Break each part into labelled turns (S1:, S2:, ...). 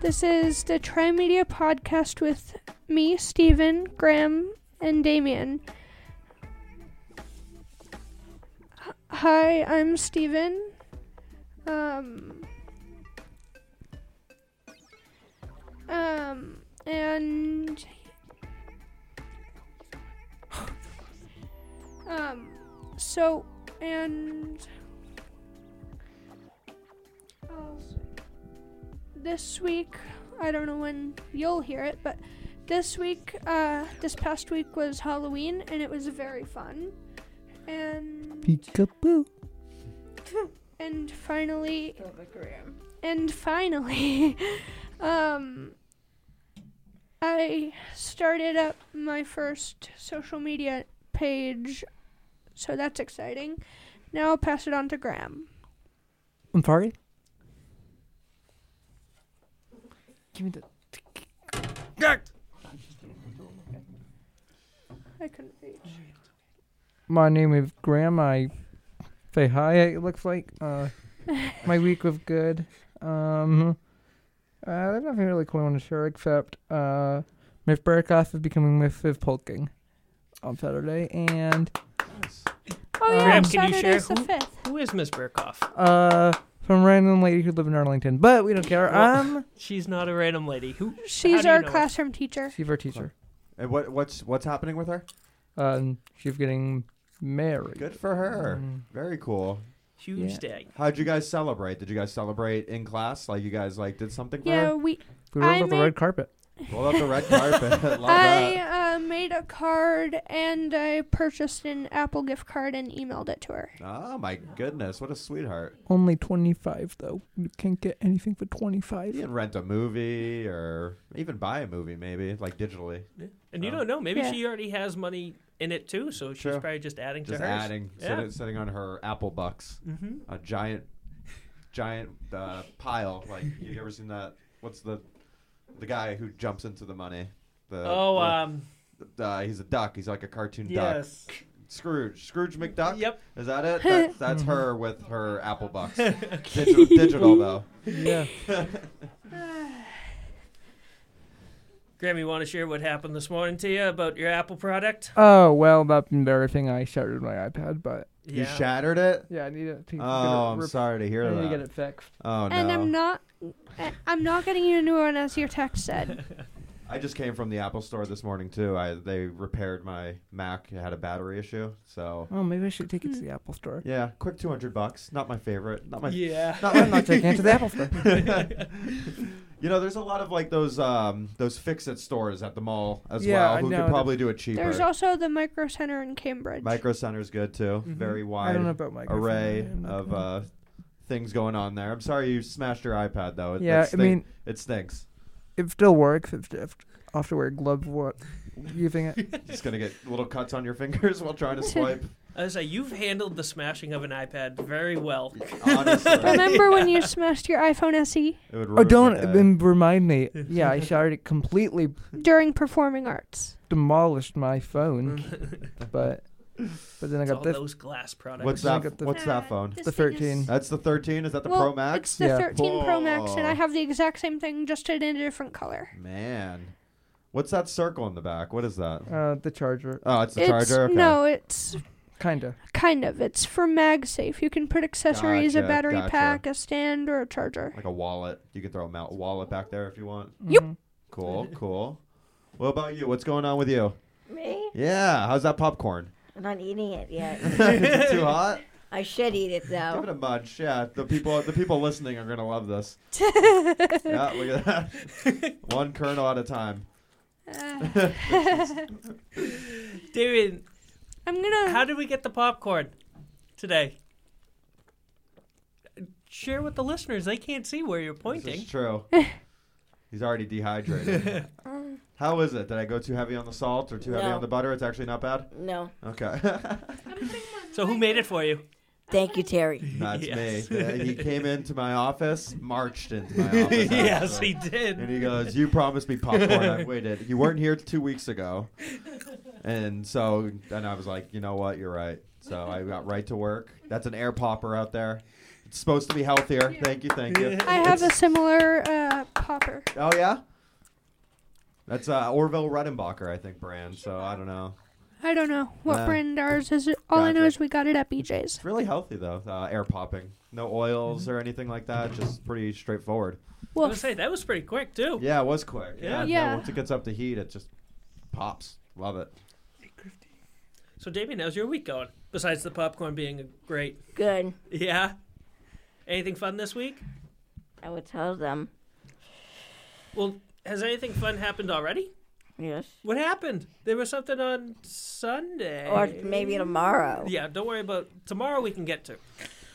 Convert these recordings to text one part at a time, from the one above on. S1: This is the Tri Media podcast with me, Stephen, Graham, and Damien. H- Hi, I'm Stephen. Um, um, and um, so and I'll s- this week, I don't know when you'll hear it, but this week, uh, this past week was Halloween, and it was very fun. And
S2: Peekaboo.
S1: and finally,
S3: Love it, Graham.
S1: and finally, um, I started up my first social media page, so that's exciting. Now I'll pass it on to Graham.
S2: I'm sorry. Give me the.
S1: I couldn't reach.
S2: My name is Graham. I say hi. It looks like uh, my week was good. Um, uh, there's nothing really cool I want to share except uh, Miss Burkoff is becoming Mrs. Polking on Saturday, and
S1: Oh yeah,
S4: Graham, can you share
S1: Saturday's the
S4: who-
S1: fifth.
S4: Who is Miss Burkoff?
S2: uh, some random lady who lives in Arlington, but we don't care.
S4: Well-
S2: Um,
S4: She's not a random lady. Who? How
S1: She's
S4: do you
S1: our
S4: know it?
S1: classroom teacher.
S2: she's our teacher.
S5: And what what's what's happening with her?
S2: Um, she's getting married.
S5: Good for her.
S2: Mm.
S5: Very cool.
S4: Huge
S2: Yeah.
S4: day.
S5: How'd you guys celebrate? Did you guys celebrate in class? Like you guys like did something for
S1: Yeah,
S5: her?
S1: we.
S2: We rolled
S1: I
S2: out the
S1: made-
S2: red carpet.
S5: Roll out the red carpet. Love that.
S1: I uh, made a card and I purchased an Apple gift card and emailed it to her.
S4: uh,
S5: Oh my goodness, what a sweetheart.
S2: Only 25 though. You can't get anything for 25.
S5: You can rent a movie or even buy a movie maybe, like digitally.
S4: And you
S5: Oh.
S4: don't know. Maybe
S1: Yeah.
S4: she already has money in it too, so she's
S5: True.
S4: probably just adding
S5: Just
S4: to hers.
S5: adding
S4: Yeah.
S5: sitting, sitting on her apple bucks.
S4: Mm-hmm.
S5: A giant giant uh, pile. Like you ever seen that what's the the guy who jumps into the money? The,
S4: Oh,
S5: the-
S4: um,
S5: uh, he's a duck. He's like a cartoon uh, duck.
S4: yes.
S5: Scrooge, Scrooge McDuck.
S4: Yep.
S5: Is that it? That, that's her with her Apple box. digital, digital though.
S2: Yeah.
S4: Graham, you want to share what happened this morning to you about your Apple product?
S2: Oh, well, that's embarrassing. I shattered my iPad, but
S5: You shattered it.
S2: yeah, I need it to get
S5: Oh,
S2: it
S5: I'm
S2: rep-
S5: sorry to hear
S2: I need to get
S5: that.
S2: it fixed.
S5: Oh no.
S1: And I'm not. I- I'm not getting you a new one, as your text said.
S5: I just came from the Apple store this morning too. I they repaired my Mac. It had a battery issue, so
S2: Oh, maybe I should take it to the Apple Store.
S5: yeah, quick two hundred bucks. Not my favorite. Not my.
S4: yeah.
S5: Not
S2: I'm
S5: my.
S2: not taking it to the Apple Store.
S5: you know, there's a lot of like those um those fix it stores at the mall as
S2: Yeah, I
S5: well who
S2: know.
S5: could probably do it cheaper.
S1: There's also the micro center in Cambridge.
S5: Micro Center's good too.
S4: Mhm.
S5: Very wide.
S2: Mm-hmm. I don't know about my
S5: array
S2: I'm not
S5: of
S2: gonna-
S5: uh, things going on there. I'm sorry you smashed your iPad though. It,
S2: yeah,
S5: it
S2: I
S5: stink-
S2: mean,
S5: it stinks.
S2: it still works. It's just I have to wear gloves while using it.
S5: It's gonna get little cuts on your fingers while trying to swipe.
S4: I was like, you've handled the smashing of an iPad very well.
S5: Honestly,
S1: Remember when you smashed your iPhone E SE
S5: it would ruin
S2: Oh,
S5: your
S2: don't
S5: day.
S2: um, remind me. Yeah, I shattered it completely,
S1: during performing arts?
S2: demolished my phone, but but then I
S4: It's all
S2: got this.
S4: those glass products.
S5: What's
S2: I
S5: that?
S2: got the-
S5: What's that phone?
S2: The 13.
S5: That's the 13. Is that the
S1: well,
S5: Pro Max?
S1: It's the
S2: Yeah.
S1: 13 Pro Max, and I
S5: Whoa.
S1: have the exact same thing, just in a different color.
S5: Man, what's that circle in the back? What is that?
S2: Uh, the charger,
S5: Oh, it's the
S1: it's
S5: charger. Okay.
S1: no, it's
S2: kinda.
S1: kind of. It's for MagSafe. You can put accessories, a
S5: Gotcha,
S1: battery
S5: gotcha.
S1: pack, a stand, or a charger.
S5: Like a wallet. You can throw a mount wallet back there if you want.
S1: Yep.
S2: Mhm.
S5: Cool, cool. What about you? What's going on with you?
S3: Me?
S5: Yeah, how's that popcorn?
S3: I'm not eating it yet.
S5: Is it too hot?
S3: I should eat it
S5: Give it
S3: though.
S5: a munch. Yeah, the people the people listening are gonna love this. yeah, look at that. One kernel at a time.
S1: Uh,
S4: David,
S1: I'm gonna.
S4: how did we get the popcorn today? Share with the listeners. They can't see where you're
S5: This
S4: pointing.
S5: is true. He's already dehydrated. How is it? Did I go too heavy on the salt or too heavy
S3: No.
S5: on the butter? It's actually not bad.
S3: No,
S5: Okay,
S4: So who made it for you?
S3: thank you, Terry.
S5: that's
S4: Yes.
S5: me. Uh, He came into my office, marched into my office.
S4: yes,
S5: actually.
S4: he did.
S5: And he goes, "You promised me popcorn. I waited. You weren't here two weeks ago, and so and I was like, you know what? You're right. So I got right to work. That's an air popper out there. It's supposed to be healthier. Thank you, thank you.
S1: I have a
S5: It's-
S1: similar uh, popper.
S5: Oh yeah. That's uh, Orville Redenbacher, I think, brand. So I don't know.
S1: I don't know what
S5: Nah.
S1: brand ours is. All I know
S5: Gotcha.
S1: is we got it at BJ's.
S5: It's really healthy though. Uh, air popping, no oils
S1: Mm-hmm.
S5: or anything like that. Just pretty straightforward.
S4: I was
S1: Woof.
S4: gonna say that was pretty quick too.
S5: Yeah, it was quick. Yeah.
S4: Yeah.
S5: no,
S1: Yeah.
S5: once it gets up to heat, it just pops. Love it.
S4: So Damien, how's your week going? Besides the popcorn being great.
S3: Good.
S4: Yeah. Anything fun this week?
S3: I would tell them.
S4: Well, has anything fun happened already?
S3: Yes.
S4: What happened? There was something on Sunday.
S3: Or maybe tomorrow.
S4: Yeah, don't worry about tomorrow. We can get to.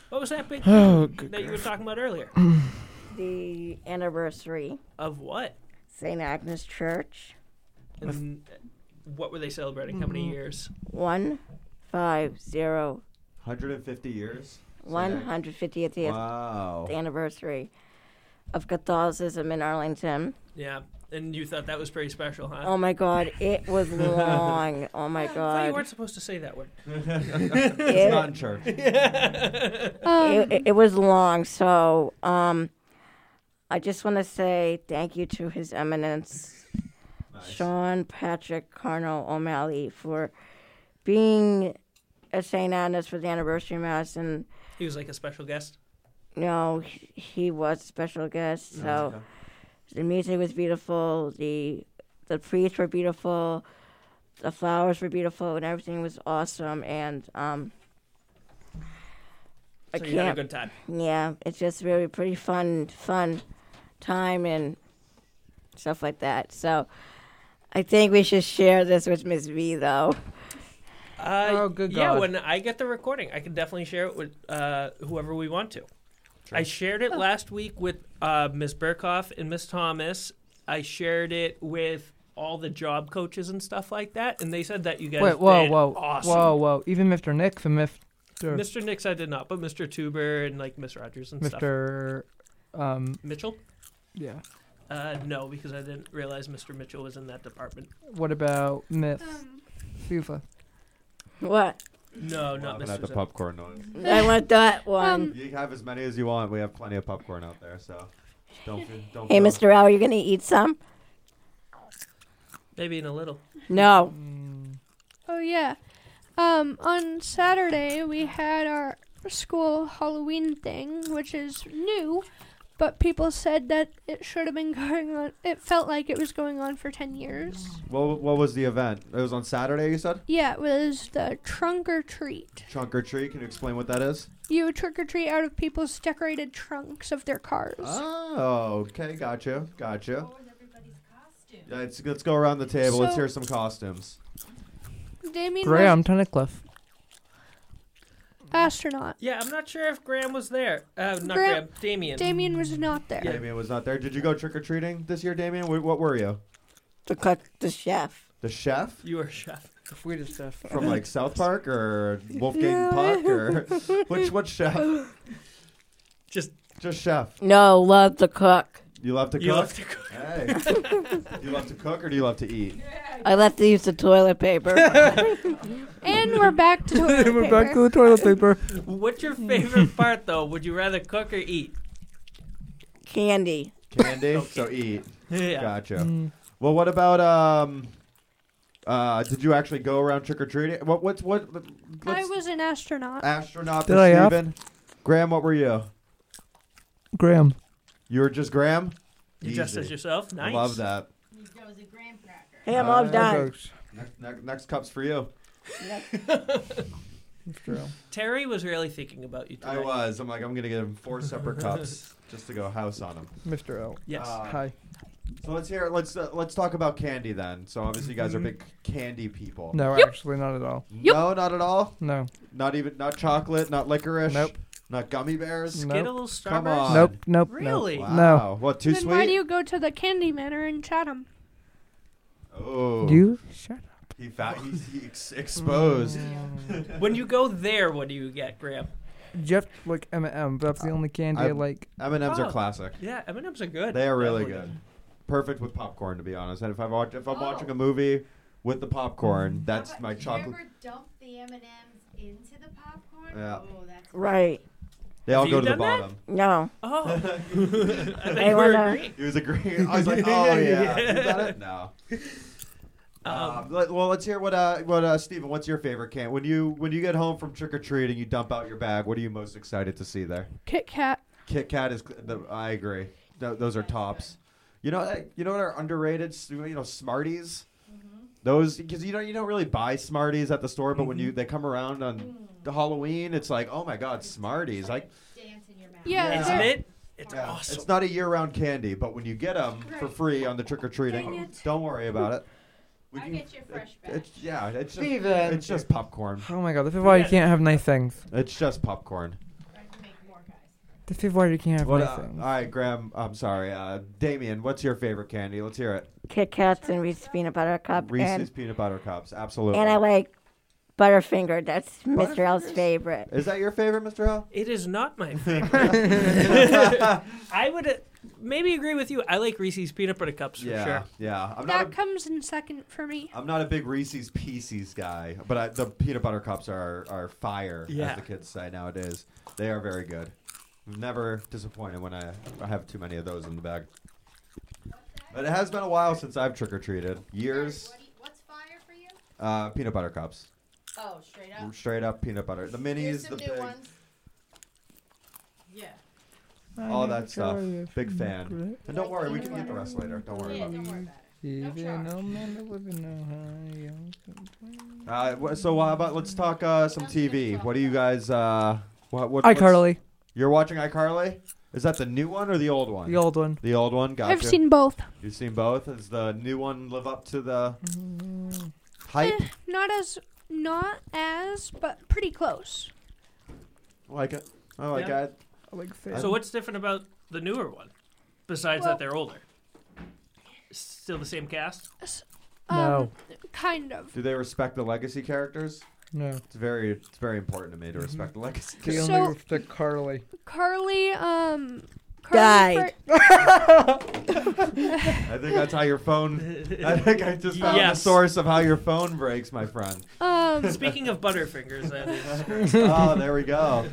S4: What was that big
S2: Oh,
S4: thing
S2: good
S4: that you were talking about earlier?
S3: The anniversary.
S4: Of what?
S3: St. Agnes Church.
S4: And what were they celebrating? How
S2: Mm-hmm.
S4: many years?
S3: One five zero
S5: 150 years.
S3: one hundred fiftieth
S5: Wow.
S3: anniversary of Catholicism in Arlington.
S4: Yeah. And you thought that was pretty special, huh?
S3: Oh my God, it was long. Oh my
S4: I thought you
S3: God,
S4: weren't supposed to say that word.
S5: it's not in church.
S1: Um,
S3: it, it- it was long. So um, I just want to say thank you to His Eminence Sean Patrick Carnell O'Malley for being at St. Anna's for the anniversary mass, and
S4: He was like a special guest.
S3: you know he, he was a special guest. So the music was beautiful. The the priests were beautiful. The flowers were beautiful, and everything was awesome. And um, I
S4: So you had a
S3: can't-
S4: good time.
S3: yeah, it's just really pretty fun, fun time and stuff like that. So I think we should share this with Miss V, though.
S4: Uh,
S2: Oh, good
S4: Yeah,
S2: God.
S4: when I get the recording, I can definitely share it with uh, whoever we want to. I shared it last week with uh, Ms. Burkhoff and Ms. Thomas. I shared it with all the job coaches and stuff like that, and they said that you guys
S2: Wait, whoa,
S4: did
S2: whoa,
S4: awesome.
S2: whoa, whoa! Even Mr. Nick and Mr.
S4: Mr. Nix, I did not, but Mr. Tuber and like Miss Rogers and stuff.
S2: Mr. Um,
S4: Mitchell?
S2: yeah.
S4: Uh, no, because I didn't realize Mr. Mitchell was in that department.
S2: What about Miss
S1: Um,
S2: Sufa?
S3: What?
S4: No,
S5: Laughing
S4: not Mr.
S5: at the
S4: Zip.
S5: popcorn noise.
S3: I want that one.
S1: um,
S5: You have as many as you want. We have plenty of popcorn out there, so don't feel, don't.
S3: hey,
S5: feel-
S3: Mr. L, are you going to eat some?
S4: Maybe in a little.
S3: No.
S1: oh yeah. Um, on Saturday we had our school Halloween thing, which is new, but people said that it should have been going on. It felt like it was going on for ten years.
S5: What, what was the event? It was on Saturday. You said
S1: Yeah, it was the trunk or treat.
S5: trunk or treat. Can you explain what that is?
S1: You trick or treat out of people's decorated trunks of their cars.
S5: Oh, okay, gotcha, gotcha. Let's, let's go around the table. let's
S1: So-
S5: hear some costumes.
S1: Damien
S2: Graham Tunnicliffe.
S1: was astronaut.
S4: Yeah, I'm not sure if Graham was there. Uh,
S1: Graham-
S4: not Graham, Damien.
S1: Damien was not there.
S5: Damien was not there. Did you go trick or treating this year, Damien? What, what were you?
S3: The cook, the chef.
S5: The chef
S4: you were a chef.
S2: Weirdest stuff.
S5: from like South Park or Wolfgang Puck or which what chef?
S4: Just
S5: Just chef.
S3: No, love the cook.
S5: You love to cook.
S4: you left to go.
S5: Hey. do you love to cook or do you love to eat?
S3: I left to use the toilet paper.
S1: And we're back to toilet paper.
S2: We're back to the toilet paper.
S4: What's your favorite part, though? Would you rather cook or eat?
S3: Candy.
S5: Candy, so eat.
S4: Yeah.
S5: Gotcha.
S2: Mm.
S5: Well, what about um? Uh, did you actually go around trick or treating? What what's what?
S1: I
S5: let's-
S1: was an astronaut.
S2: Ah,
S5: astronaut.
S2: Did
S5: for
S2: I have-
S5: Steven. Graham, what were you?
S2: Graham.
S5: You were just Graham.
S4: You dressed as
S5: Easy.
S4: yourself. Nice.
S5: Love that.
S3: Hey, I'm all
S5: Uh,
S3: done.
S5: Next, next, next cup's for you.
S4: Terry was really thinking about you. Today.
S5: I was. I'm like, I'm gonna give him four separate cups just to go house on him.
S2: Mr. L.
S4: Yes.
S5: Uh,
S2: Hi.
S5: So let's hear. Let's uh, let's talk about candy then. So obviously, you guys are
S4: Mm-hmm.
S5: big candy people.
S2: No,
S1: Yep.
S2: actually, not at all.
S5: No, not at all.
S2: No.
S5: Not even not chocolate. Not licorice.
S2: Nope.
S5: Not gummy bears.
S2: No.
S4: Skittles,
S5: Come
S4: Starburst.
S5: on.
S2: Nope. Nope.
S4: Really?
S5: Wow.
S2: No.
S5: What? Too
S1: Then
S5: sweet.
S1: why do you go to the candy manor in Chatham?
S5: oh.
S2: Nope. You shut up.
S5: He found. He's he ex- exposed.
S4: Mm. When you go there, what do you get, Graham?
S2: Mm. Jeff like M M, but that's the only candy I,
S5: I-
S2: like.
S5: M and M's are
S4: Oh.
S5: classic.
S4: Yeah, M and M's are good.
S5: They are really
S4: Definitely.
S5: good. Perfect with popcorn, to be honest. And if I watch, if I'm
S1: Oh.
S5: watching a movie with the
S1: Mm.
S5: popcorn, that's my
S6: Did you
S5: chocolate.
S6: ever dump the M&Ms into the popcorn?
S5: Yeah.
S6: Oh, that's
S3: Right.
S5: They all
S4: Have
S5: go
S4: you
S5: to the
S4: done that?
S5: bottom.
S3: No.
S4: Oh, I thought
S3: They
S4: you were
S3: wanna-
S4: agreeing.
S5: It was agreeing. I was like, oh yeah, you got it. No.
S4: Um,
S5: Um, let- well, let's hear what uh, what uh, Stephen. What's your favorite camp? When you when you get home from trick or treating, you dump out your bag. What are you most excited to see there?
S1: Kit Kat.
S5: Kit Kat is. The, I agree. Th- those are tops. You know, uh, you know what are underrated? S- You know, Smarties. Those because you don't you don't really buy Smarties at the store, but when you they come around on Halloween, it's like, oh my God, Smarties! Like
S6: Dance in your mouth.
S1: Yeah,
S5: Yeah.
S4: Isn't
S1: they're-
S4: it? It's
S5: Yeah,
S4: awesome.
S5: It's not a year-round candy, but when you get them for
S6: Right.
S5: free on the trick or
S1: Dang
S5: treating,
S1: it.
S5: don't worry about it. We
S6: I
S5: can-
S6: get your fresh
S5: it- it's-
S6: batch.
S5: yeah, it's just,
S2: Steven.
S5: it's just popcorn.
S2: Oh my god, this is why you
S4: Yeah.
S2: can't have nice things.
S5: It's just popcorn.
S6: I can make more, guys.
S2: This is why you can't have
S5: What,
S2: nice
S5: uh, all
S2: things.
S5: right, Graham. I'm sorry, uh, Damien. What's your favorite candy? Let's hear it.
S3: Kit Kats and Reese's peanut butter cup.
S5: Reese's
S3: And,
S5: peanut butter cups. Absolutely.
S3: and I like Butterfinger. That's Mr. L's favorite.
S5: Is that your favorite, Mr. Hill?
S4: It is not my favorite. I would uh, maybe agree with you. I like Reese's peanut butter cups for
S5: yeah,
S4: sure.
S5: yeah. I'm not.
S1: That
S5: A,
S1: comes in second for me.
S5: I'm not a big Reese's Pieces guy, but I, the peanut butter cups are are fire,
S4: Yeah.
S5: as the kids say nowadays. They are very good. I'm never disappointed when I, I have too many of those in the bag. But it has been a while since I've trick or treated. Years,
S6: What do you, what's fire for you?
S5: uh, peanut butter cups,
S6: Oh, straight up.
S5: straight up peanut butter. The
S6: Here's
S5: minis, the
S6: some new
S5: big,
S6: ones. Yeah.
S5: all that stuff. Big fan. And don't worry, we can get the rest later. Don't worry
S6: Yeah,
S5: about it.
S6: don't worry about
S2: Even
S6: charge.
S2: though men are living in Ohio.
S5: Uh, wh- so uh, about let's talk uh, some TV. What do you guys? Uh, what, what, what's-
S2: iCarly,
S5: You're watching iCarly? Is that the new one or the old one?
S2: the old one.
S5: The old one. Gotcha.
S1: I've seen both.
S5: You've seen both. Does the new one live up to the
S2: Mm-hmm.
S5: hype?
S1: Eh, not as, not as, but pretty close.
S5: Oh, I like it. I like
S4: Yeah.
S5: it.
S2: I like
S4: So what's different about the newer one, besides
S1: Well-
S4: that they're older? Still the same cast.
S1: Um,
S2: No.
S1: Kind of.
S5: Do they respect the legacy characters?
S2: No.
S5: It's very, it's very important to me to respect the legacy.
S2: They
S5: characters.
S1: So-
S2: only respect Carly.
S1: Carly, um. Carly
S3: Died.
S1: Fir-
S5: I think that's how your phone. I think I just found the
S4: Yes.
S5: source of how your phone breaks, my friend.
S1: um,
S4: Speaking of Butterfingers, that is
S5: oh, there we go.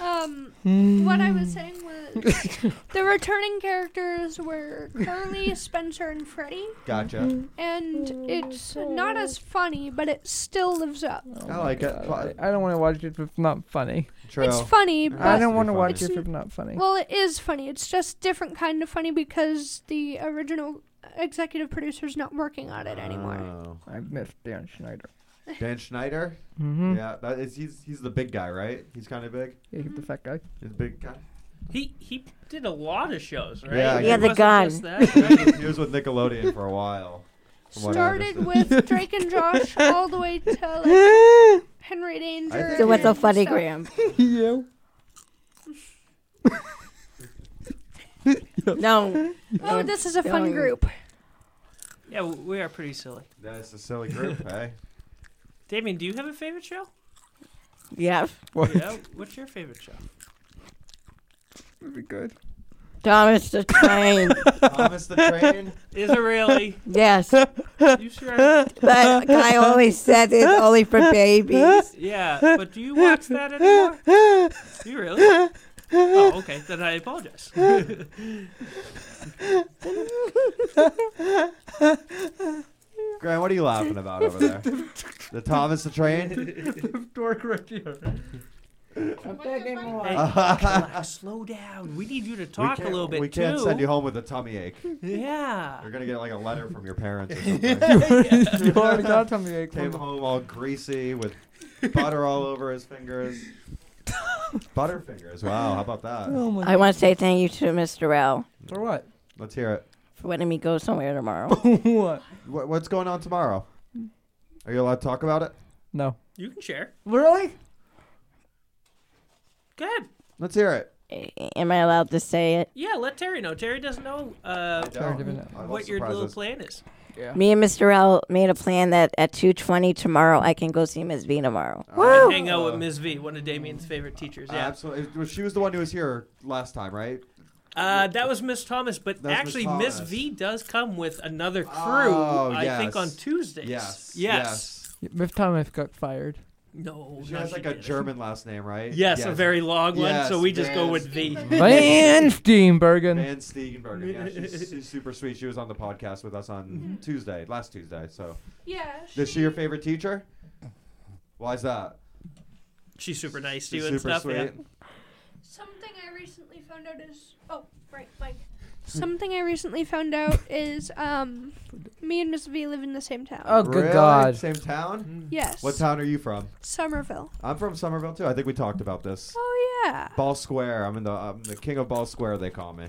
S1: um,
S2: Mm.
S1: what I was saying was the returning characters were Carly, Spencer, and Freddie, Mm-hmm.
S5: Gotcha. Oh,
S1: and it's not as funny, but it still lives up.
S5: I like it.
S2: I I don't want to watch it if it's not funny.
S5: True.
S1: It's funny,
S2: I
S1: but
S5: That's
S2: don't want to
S5: funny.
S2: watch it
S1: It's-
S2: if it's not funny.
S1: well, it is funny. It's just different kind of funny because the original executive producer's not working on it anymore.
S5: Oh.
S2: I miss Dan Schneider.
S5: Dan Schneider.
S2: Mm-hmm.
S5: Yeah, that is, he's he's the big guy, right? He's kind of big.
S2: Yeah, he's the fat guy.
S5: He's a big guy.
S4: he he did a lot of shows, right?
S5: Yeah,
S4: It
S5: Yeah,
S3: the
S4: wasn't
S3: gun.
S4: just that.
S5: he was- he was with Nickelodeon for a while. from what I
S1: Started
S5: understand.
S1: with Drake and Josh all the way to like, Henry Danger.
S3: So what's so
S1: and
S3: funny,
S1: stuff.
S3: Graham?
S2: you.
S3: No.
S1: Oh, this is a fun
S3: Going-
S1: group.
S4: yeah, w- we are pretty silly.
S5: That's a silly group, hey.
S4: Damien, do you have a favorite show?
S3: Yeah.
S2: What?
S4: Yeah. What's your favorite show?
S2: That'd be good.
S3: Thomas the Train.
S5: Thomas the Train.
S4: Is it really?
S3: yes.
S4: You sure?
S3: But I always said it's only for babies.
S4: Yeah, but do you watch that anymore? Do you really? Oh, okay. Then I apologize.
S5: Grant, what are you laughing about over there? The Thomas the Train.
S2: Dork right here.
S4: Hey, Clyde, slow down. We need you to talk a
S5: can't-
S4: little bit
S5: We
S4: too.
S5: can't send you home with a tummy ache.
S4: Yeah.
S5: You're gonna get like a letter from your parents or something.
S2: you already got something to make
S5: Came
S2: one.
S5: home all greasy with butter all over his fingers. Butterfingers. Wow, how about that?
S2: Oh my
S3: I want to say thank you to Mr. L
S2: For what?
S5: Let's hear it.
S3: for letting me go somewhere tomorrow.
S2: what?
S5: What, what's going on tomorrow? Are you allowed to talk about it?
S2: No.
S4: You can share.
S2: Really?
S4: Go ahead.
S5: Let's hear it.
S3: Am I allowed to say it?
S4: Yeah, let Terry know. Terry doesn't know uh,
S2: Sorry, Divin-
S5: I love
S4: what your little
S5: surprises.
S4: plan is.
S3: Me and Mr. L made a plan that at 2:20 tomorrow I can go see Ms. V tomorrow.
S5: Oh,
S4: And hang out with Ms. V, one of Damien's favorite teachers.
S5: Uh,
S4: Yeah.
S5: Absolutely. It was- She was the one who was here last time, right?
S4: Uh, that was Miss Thomas, but
S5: That was Miss
S4: actually, Miss
S5: Thomas.
S4: V does come with another crew,
S5: Oh,
S4: I think,
S5: yes.
S4: on Tuesdays.
S5: Yes.
S4: Yes.
S2: Miff Thomas got fired.
S4: No,
S5: She
S4: no,
S5: has
S4: she
S5: like a
S4: didn't.
S5: German last name, right?
S4: Yes, a very long one. so
S5: Yes,
S4: we just go
S5: Van
S4: with V.
S2: Van Steenbergen.
S5: Van Stegenberger. Yeah, she's, she's super sweet. She was on the podcast with us on Tuesday, last Tuesday. So,
S1: Yeah.
S5: is she your favorite teacher? Why is that?
S4: She's super nice to
S5: She's
S4: you and
S5: super
S4: stuff.
S5: sweet.
S4: Yeah.
S1: Something I recently found out is oh right Mike. Something I recently found out is um, me and Miss V live in the same town.
S2: Oh, good
S5: Really?
S2: God.
S5: Same town?
S1: yes.
S5: What town are you from?
S1: Somerville.
S5: I'm from Somerville too. I think we talked about this.
S1: Oh yeah.
S5: Ball Square. I'm in the I'm the king of Ball Square. They call me.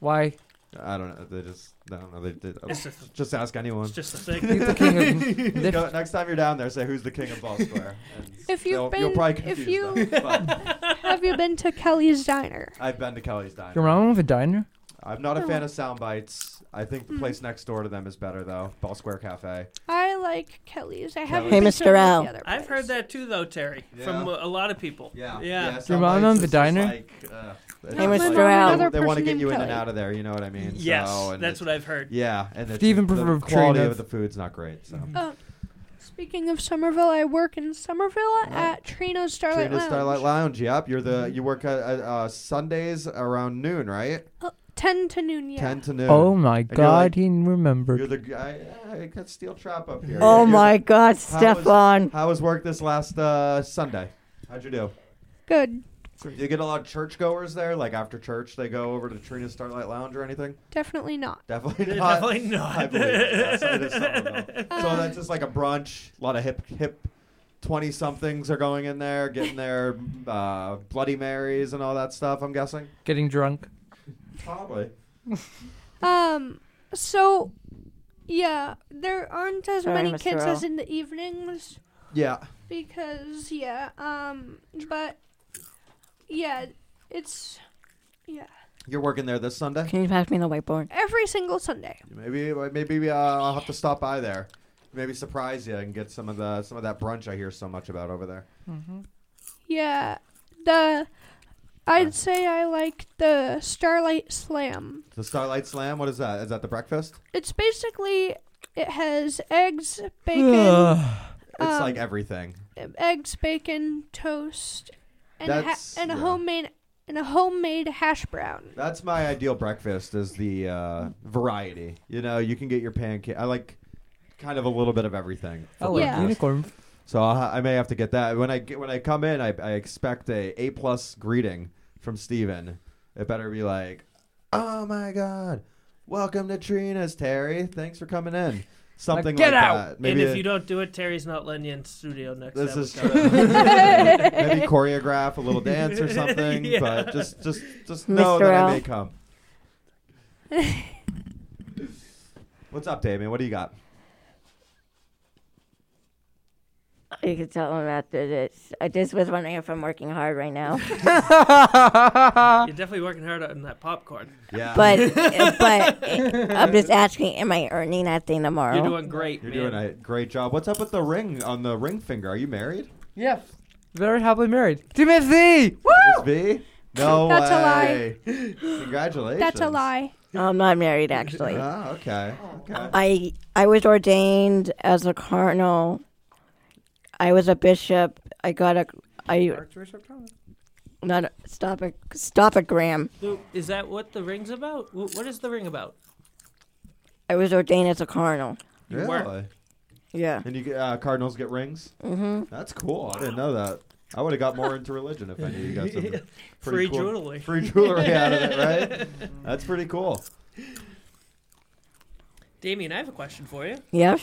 S2: Why?
S5: I don't know. They just I don't know. They, they,
S4: It's just-
S5: just ask anyone.
S4: It's just a thing.
S2: He's the king of.
S5: You
S2: Lif-
S5: know, next time you're down there, say who's the king of Ball Square. And
S1: If
S5: they'll-
S1: you've
S5: you'll
S1: been,
S5: probably
S1: if
S5: confuse
S1: you
S5: them, but
S1: have you been to Kelly's Diner?
S5: I've been to Kelly's Diner.
S2: You're wrong with a diner?
S5: I'm not a fan of sound bites. I think
S1: Mm.
S5: the place next door to them is better though. Ball Square Cafe.
S1: I like Kelly's. I haven't.
S3: Hey,
S1: been to
S3: Mr. L.
S1: The other
S4: I've heard
S1: place.
S4: that too, though, Terry, from
S5: Yeah.
S4: a lot of people. Yeah.
S5: sound
S2: mom
S5: bites
S2: owned
S5: is
S2: the
S5: just
S2: diner?
S5: Like, uh, it's
S3: Hey,
S5: just
S3: Mr.
S5: like-
S3: Al.
S1: Another
S5: They, want to
S1: person
S5: get
S1: named
S5: you in and
S1: Kelly.
S5: out of there. You know what I mean?
S4: Yes,
S5: So, and
S4: that's
S5: it-
S4: what I've heard.
S5: Yeah, and it's,
S2: Stephen
S5: the
S2: preferred
S5: quality
S2: Trina.
S5: of the food's not great. So.
S1: Oh, speaking of Somerville, I work in Somerville at Trino's Starlight Lounge.
S5: Trina's
S1: Mm-hmm.
S5: Starlight Lounge. Yep, you're the you work at, at uh, Sundays around noon, right?
S1: Oh, Ten to noon. Yeah.
S5: Ten to noon.
S2: Oh my
S5: you're
S2: God,
S5: like-
S2: he remembered.
S5: You're the guy. I got steel trap up here.
S3: Oh
S5: You're-
S3: my God,
S5: how was-
S3: Stefan.
S5: How was work this last uh, Sunday? How'd you do?
S1: Good.
S5: Do you get a lot of churchgoers there? Like after church, they go over to Trina's Starlight Lounge or anything?
S1: Definitely not.
S5: Definitely not.
S4: Definitely
S5: I
S4: not.
S5: believe it. Yes, it is Somerville.
S1: Um,
S5: so that's just like a brunch. A lot of hip hip twenty somethings are going in there, getting their uh, Bloody Marys and all that stuff. I'm guessing.
S2: Getting drunk.
S5: Probably.
S1: Um. So, yeah, there aren't as
S3: Sorry,
S1: many
S3: Mr.
S1: kids
S3: L.
S1: as in the evenings
S5: Yeah.
S1: because yeah. Um. But yeah, it's yeah
S5: You're working there this Sunday.
S3: Can you pass me the whiteboard?
S1: every single Sunday.
S5: Maybe maybe uh, I'll have to stop by there. Maybe surprise you and get some of the some of that brunch I hear so much about over there.
S4: Mm-hmm.
S1: Yeah. The I'd say I like the Starlight Slam.
S5: The Starlight Slam. What is that? Is that the breakfast?
S1: It's basically it has eggs, bacon,
S2: Ugh.
S5: It's
S1: Um,
S5: like everything.
S1: eggs, bacon, toast, and a ha-
S5: That's-
S1: and a
S5: yeah.
S1: homemade and a homemade hash brown.
S5: That's my ideal breakfast is the uh, variety. You know, you can get your pancake. I like kind of a little bit of everything. for
S2: I Oh, like
S1: Yeah.
S5: breakfast.
S2: unicorn.
S5: So I'll, ha- I may have to get that when I get when I come in. I, I expect a A plus greeting from Steven. It better be like, oh my god, welcome to Trina's Terry. Thanks for coming in. Something
S2: get
S5: like
S2: out.
S5: that. Maybe
S4: and if
S5: a-
S4: you don't do it, Terry's not letting you in studio next
S5: this is
S4: episode.
S5: maybe choreograph a little dance or something.
S4: Yeah.
S5: But just just just know
S3: Mr.
S5: that I
S3: L.
S5: may come. What's up, Damien? What do you got?
S3: You can tell him that it's. I just uh, was wondering if I'm working hard right now,
S4: You're definitely working hard on that popcorn.
S5: Yeah,
S3: but but I'm just asking, am I earning that thing tomorrow?
S4: You're doing great.
S5: you're
S4: man.
S5: doing a great job. What's up with the ring on the ring finger? Are you married?
S2: Yes. Very happily married. Timothy!
S5: Miss V? No
S1: That's a lie.
S5: way. Congratulations.
S1: That's a lie.
S3: I'm not married actually.
S5: Ah, okay.
S4: Oh,
S5: Okay.
S3: I I was ordained as a cardinal. I was a bishop. I got a I
S2: Archbishop Thomas.
S3: not a, stop it stop it Graham.
S4: So Is that what the ring's about? Wh- What is the ring about?
S3: I was ordained as a cardinal.
S4: You
S5: really?
S4: were.
S3: Yeah.
S5: And you get, uh, Cardinals get rings?
S3: Mhm.
S5: That's cool. I didn't know that. I would have got more into religion if I knew you got some pretty
S4: Free
S5: cool-
S4: jewelry.
S5: Free jewelry out of it, right? That's pretty cool.
S4: Damien, I have a question for you.
S3: Yes.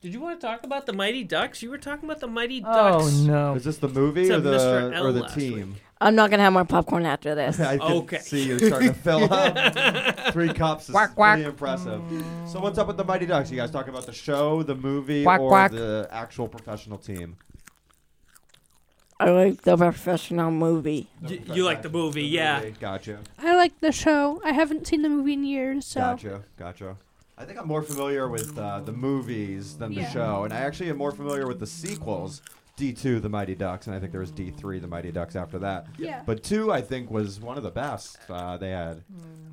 S4: Did you want to talk about the Mighty Ducks? You were talking about the Mighty Ducks.
S2: Oh, no.
S5: Is this the movie
S4: It's a
S5: or the
S4: Mr. L
S5: or the
S4: last
S5: team?
S3: I'm not gonna have more popcorn after this.
S5: I can
S4: Okay.
S5: see you're starting to fill up. Three cups is
S2: Quack, quack.
S5: pretty impressive. So what's up with the Mighty Ducks? You guys talking about the show, the movie,
S2: Quack,
S5: or
S2: quack.
S5: the actual professional team?
S3: I like the professional movie.
S4: Y- you like the movie, yeah.
S5: Gotcha.
S1: I like the show. I haven't seen the movie in years, so
S5: Gotcha, gotcha. I think I'm more familiar with uh, the movies than the
S1: Yeah.
S5: show, and I actually am more familiar with the sequels, D2, The Mighty Ducks, and I think there was D3, The Mighty Ducks after that.
S1: yeah.
S5: But two, I think, was one of the best uh, they had.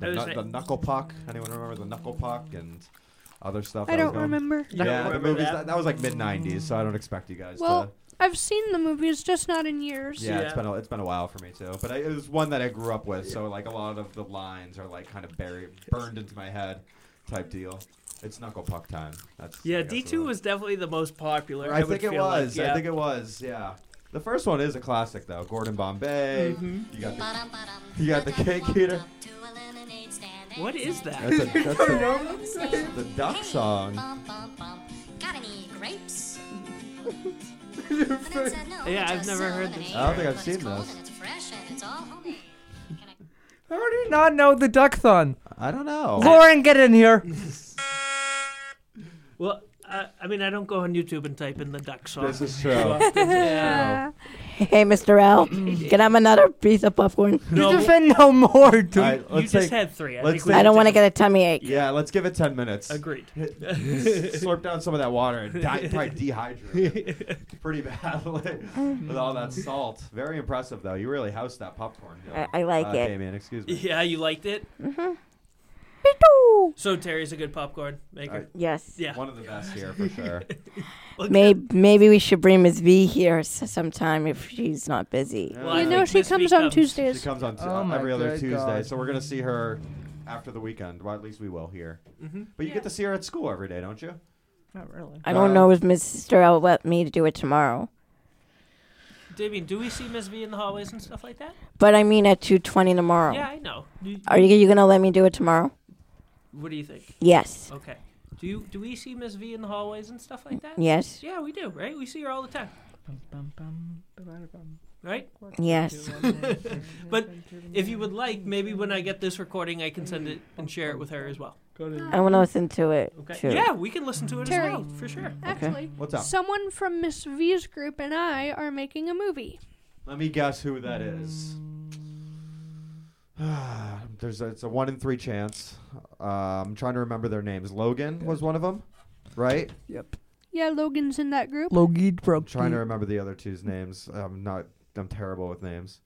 S4: I Hmm.
S5: The,
S4: was
S5: nu-
S4: like-
S5: the Knuckle Puck. Anyone remember the Knuckle Puck and other stuff?
S1: I
S5: that was
S1: don't
S5: going-
S1: remember.
S4: You don't
S5: Yeah, the
S4: remember
S5: movies
S4: that?
S5: that? That, was like mid '90s, so I don't expect you guys
S1: Well,
S5: to.
S1: I've seen the movies, just not in years.
S5: Yeah, it's
S4: Yeah.
S5: been a, it's been a while for me too, but I, it was one that I grew up with, so like a lot of the lines are like kind of buried, burned into my head, type deal. It's knuckle puck time. That's I
S4: Yeah,
S5: guess
S4: D
S5: what
S4: two
S5: it
S4: was definitely the most popular.
S5: I,
S4: would
S5: think it
S4: feel like,
S5: was.
S4: yeah.
S5: I think it was. Yeah. The first one is a classic though. Gordon Bombay.
S4: Mm-hmm.
S3: Mm-hmm.
S5: You got the you got the cake eater.
S4: What is that?
S5: That's a, that's a, the duck song.
S7: Got any grapes?
S4: Yeah, I've never heard this.
S5: I don't think I've seen this.
S2: How do you not know the duckthon?
S5: I don't know.
S2: Lauren, get in here.
S4: Well, uh, I, I mean, I don't go on YouTube and type in the duck song.
S5: This is true.
S4: Yeah.
S1: Uh,
S3: Hey, Mr. L, can I have another piece of popcorn?
S4: No,
S2: you defend no more, dude.
S5: All right,
S4: you
S5: let's
S4: just
S5: take-
S4: had three. I,
S5: let's
S4: think
S5: take-
S4: we
S3: I don't
S4: can
S3: want to
S4: take-
S3: get a tummy ache.
S5: yeah, let's give it ten minutes.
S4: Agreed.
S5: slurp down some of that water and die, probably dehydrate it pretty badly
S3: Mm-hmm.
S5: with all that salt. Very impressive, though. You really housed that popcorn. Hill.
S3: I- I like
S5: uh,
S3: it.
S5: Damien, excuse me.
S4: yeah, you liked it.
S3: Pee-doo.
S4: So Terry's a good popcorn maker.
S5: Alright.
S3: Yes.
S4: Yeah.
S5: One of the best here for sure.
S3: Maybe, maybe we should bring Miss V here s- sometime if she's not busy.
S5: Yeah.
S4: Well, I
S1: you know
S4: think
S1: she
S4: this
S1: comes
S4: week
S1: on
S4: comes-
S5: She
S1: Tuesdays.
S5: comes on t-
S2: Oh my
S5: every other
S2: good
S5: Tuesday,
S2: God.
S5: so we're gonna see her after the weekend. Well, at least we will here.
S4: Mm-hmm.
S5: But you get to see her at school every day, don't you?
S2: Not really.
S3: I don't
S5: Uh,
S3: know if Mr. L will let me do it tomorrow.
S4: Damien, do we see Miss V in the hallways and stuff like that?
S3: But I mean at 2.20 tomorrow.
S4: Yeah, I know. Do you-
S3: Are you, you going to let me do it tomorrow?
S4: what do you think?
S3: Yes.
S4: Okay. Do you do we see Miss V in the hallways and stuff like that?
S3: Yes.
S4: Yeah, we do, right? We see her all the time, right?
S3: Yes.
S4: But if you would like, maybe when I get this recording, I can send it and share it with her as well.
S3: I
S1: Um,
S3: want to listen to it
S4: Okay.
S3: too.
S4: Yeah, we can listen to it
S1: Terry.
S4: as well, for sure.
S1: Actually,
S5: What's up?
S1: someone from Miss V's group and I are making a movie.
S5: Let me guess who that is. There's a, it's a one in three chance. Uh, I'm trying to remember their names. Logan was one of them, right?
S2: Yep.
S1: Yeah, Logan's in that group.
S2: Logie
S5: I'm
S2: broke.
S5: trying to remember the other two's names. I'm not. I'm terrible with names.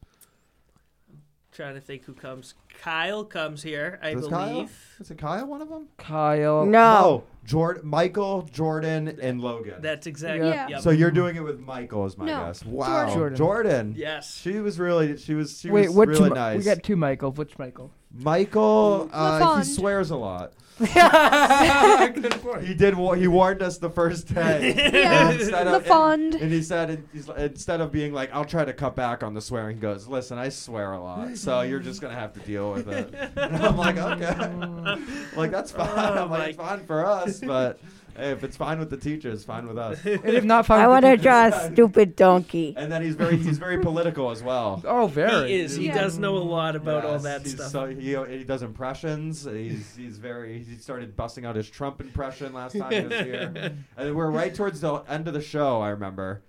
S4: Trying to think who comes. Kyle comes here, I
S5: Is Kyle?
S4: believe.
S5: Is it Kyle? One of them?
S2: Kyle.
S3: No.
S5: Jordan, Michael, Jordan, and Logan.
S4: That's exactly.
S1: Yeah.
S4: yep.
S5: so you're doing it with Michael, is my
S1: No,
S5: guess. Wow, Jordan.
S2: Jordan.
S4: yes.
S5: She was really. She was. She
S2: Wait,
S5: was
S2: which
S5: really
S2: Mi-
S5: nice.
S2: We got two Michaels. Which Michael?
S5: Michael. Uh, he
S1: LaFond.
S5: swears a lot.
S2: Good point.
S5: He did. wa- He warned us the first day.
S1: Yeah,
S5: Instead
S1: the
S5: of-
S1: fond.
S5: And he said, in- he's, li- instead of being like, I'll try to cut back on the swearing, he goes, Listen, I swear a lot, so you're just going to have to deal with it. And I'm like, Okay. I'm like, that's fine.
S4: Oh,
S5: I'm like, it's
S4: my-
S5: fine for us, but hey, if it's fine with the teacher, it's fine with us.
S2: And if not,
S3: I
S2: found
S3: want to draw a stupid donkey.
S5: And then he's very he's very political as well.
S2: Oh, very.
S4: He is. He
S1: Yeah.
S4: does know a lot about all
S5: Yes,
S4: that
S5: he's
S4: stuff.
S5: So he, he does impressions. He's he's very he started busting out his Trump impression last time he was here. and we're right towards the end of the show, I remember.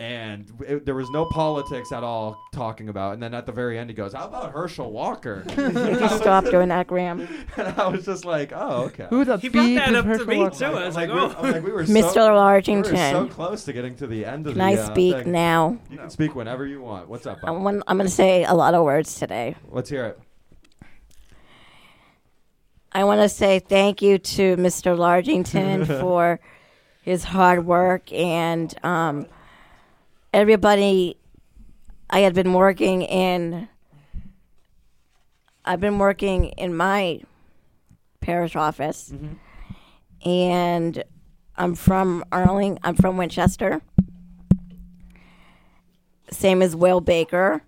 S5: And it, there was no politics at all talking about. And then at the very end, he goes, "How about Herschel Walker?"
S3: You can stop doing that, Graham.
S5: and I was just like, "Oh, okay."
S2: Who the
S4: He brought
S2: beep
S4: that
S2: is
S4: up to
S2: Herschel
S4: me,
S2: Walker?
S4: too. I
S5: I'm
S4: was
S5: like,
S4: like, oh.
S5: we were, I'm like, we were
S3: Mr.
S5: so, we were
S3: Largington,
S5: so close to getting to the end of
S3: can
S5: the.
S3: I
S5: uh,
S3: speak
S5: thing.
S3: now?
S5: You can speak whenever you want. What's up?
S3: I
S5: Bob?
S3: want, I'm going to say a lot of words today.
S5: Let's hear it.
S3: I want to say thank you to Mr. Largington for his hard work and um, everybody. I had been working in. I've been working in my parish office, and I'm from Arling. I'm from Winchester. Same as Will Baker.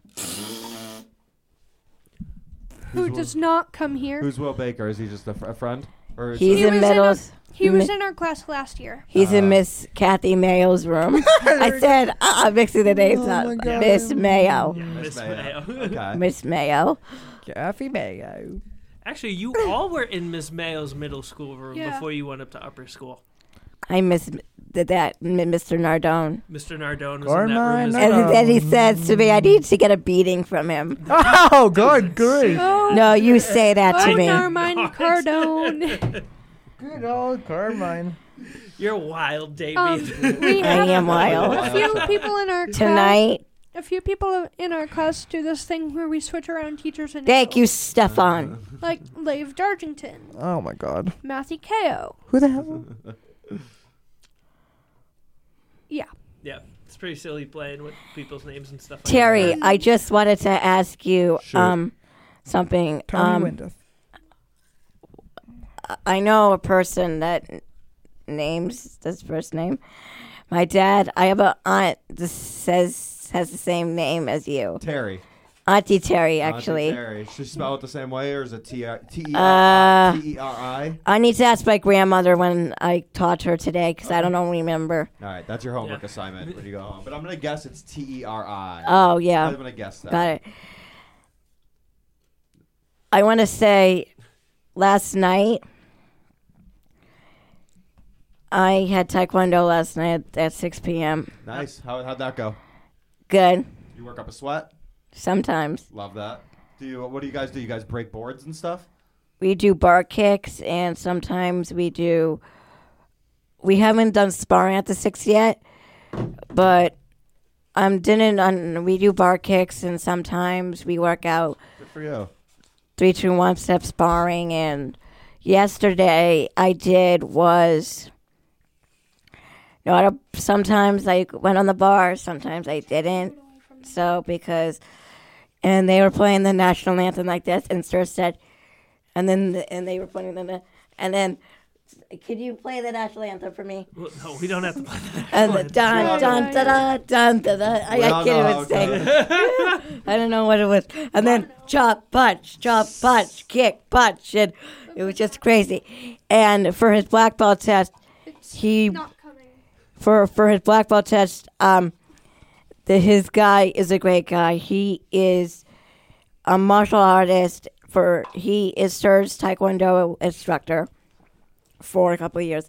S1: Who does not come here?
S5: Who's Will Baker? Is he just a, fr- a friend? Or is
S3: He's
S1: He was
S3: in
S1: in a-
S3: Middles.
S1: He was in our class last year.
S3: He's in Miss Kathy Mayo's room. I said, uh, I'm mixing the names up. Miss Mayo.
S4: Miss Mayo.
S5: Okay.
S3: Miss Mayo.
S2: Kathy Mayo.
S4: Actually, you all were in Miss Mayo's middle school room
S1: Yeah.
S4: before you went up to upper school.
S3: I miss m- that, that m- Mr. Nardone.
S4: Mr. Nardone was in that
S2: Carmine
S4: room. as
S2: Nardone.
S3: And
S4: well.
S3: then he says to me, I need to get a beating from him.
S2: Oh, God, good.
S1: Oh,
S3: No, you say that
S1: oh
S3: to me.
S1: Narmine Cardone.
S2: Good old Carmine.
S4: You're wild, David.
S1: um, we
S3: I
S1: have
S3: am wild.
S1: a few people in our class.
S3: Tonight,
S1: A few people in our class do this thing where we switch around teachers and
S3: thank you, Stefan.
S1: like Lave Dargington,
S2: Oh, my God.
S1: Matthew Ko.
S2: Who the hell?
S1: Yeah.
S4: yeah, it's pretty silly playing with people's names and stuff.
S3: Terry,
S4: like
S3: I just wanted to ask you
S5: Sure.
S3: um, something.
S2: Tommy
S3: um,
S2: Windeth.
S3: I know a person that n- names this first name. My dad. I have a aunt that says has the same name as you,
S5: Terry.
S3: Auntie Terry.
S5: Auntie
S3: Actually,
S5: Terry. Should spell it the same way, or is it T
S3: Uh,
S5: E R I?
S3: I need to ask my grandmother when I taught her today because I don't remember.
S5: All right, that's your homework
S4: Yeah.
S5: assignment when you go home. But I'm gonna guess it's T E R I.
S3: Oh yeah,
S5: I'm gonna guess that.
S3: got it. I want to say, last night I had taekwondo last night at six p.m.
S5: Nice. How how'd that go?
S3: Good.
S5: You work up a sweat.
S3: Sometimes
S5: Love that. Do you? What do you guys do? You guys break boards and stuff?
S3: we do bar kicks, and sometimes we do. We haven't done sparring at the six yet, but I'm doing on. We do bar kicks, and sometimes we work out
S5: Good for you.
S3: three, two, one step sparring. And yesterday I did was. Not a, sometimes I went on the bar, sometimes I didn't. So because, and they were playing the national anthem like this, and Sir said, and then the, and they were playing the, and then, could you play the national anthem for me?
S4: that. Well, no, we don't have to play that.
S3: And the dun dun da da dun da da. I,
S5: We all
S3: I can't
S5: know
S3: even
S5: how
S3: sing.
S5: it goes.
S3: I don't know what it was. And then chop, punch, chop, punch, kick, punch, and it was just crazy. And for his black belt test,
S1: It's
S3: he
S1: not coming.
S3: for for his black belt test, um, the, his guy is a great guy. He is a martial artist. For he is Serge's Taekwondo instructor for a couple of years,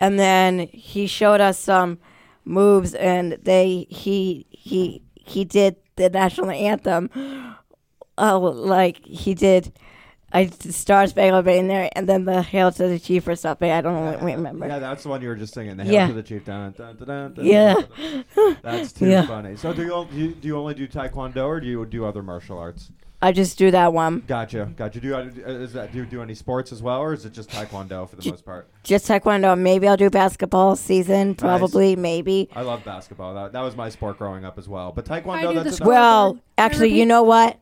S3: and then he showed us some moves, and they he he he did the national anthem. Oh, like he did. I Star Spangled Banner, and then the Hail to the Chief or something. I don't remember.
S5: Yeah, that's the one you were just singing. The Hail
S3: Yeah.
S5: to the Chief. Dun, dun, dun, dun, dun,
S3: Yeah.
S5: dun, dun. That's too
S3: Yeah.
S5: funny. So do you, all, do you do you only do taekwondo or do you do other martial arts?
S3: I just do that one.
S5: Gotcha, gotcha. Do you, uh, is that do you do any sports as well, or is it just taekwondo for the most part?
S3: Just taekwondo. Maybe I'll do basketball season. Probably, maybe.
S5: I love basketball. That, that was my sport growing up as well. But
S1: I
S5: taekwondo,
S1: do
S5: that's
S1: the
S5: another-
S3: Well,
S1: Therapy?
S3: actually, you know what?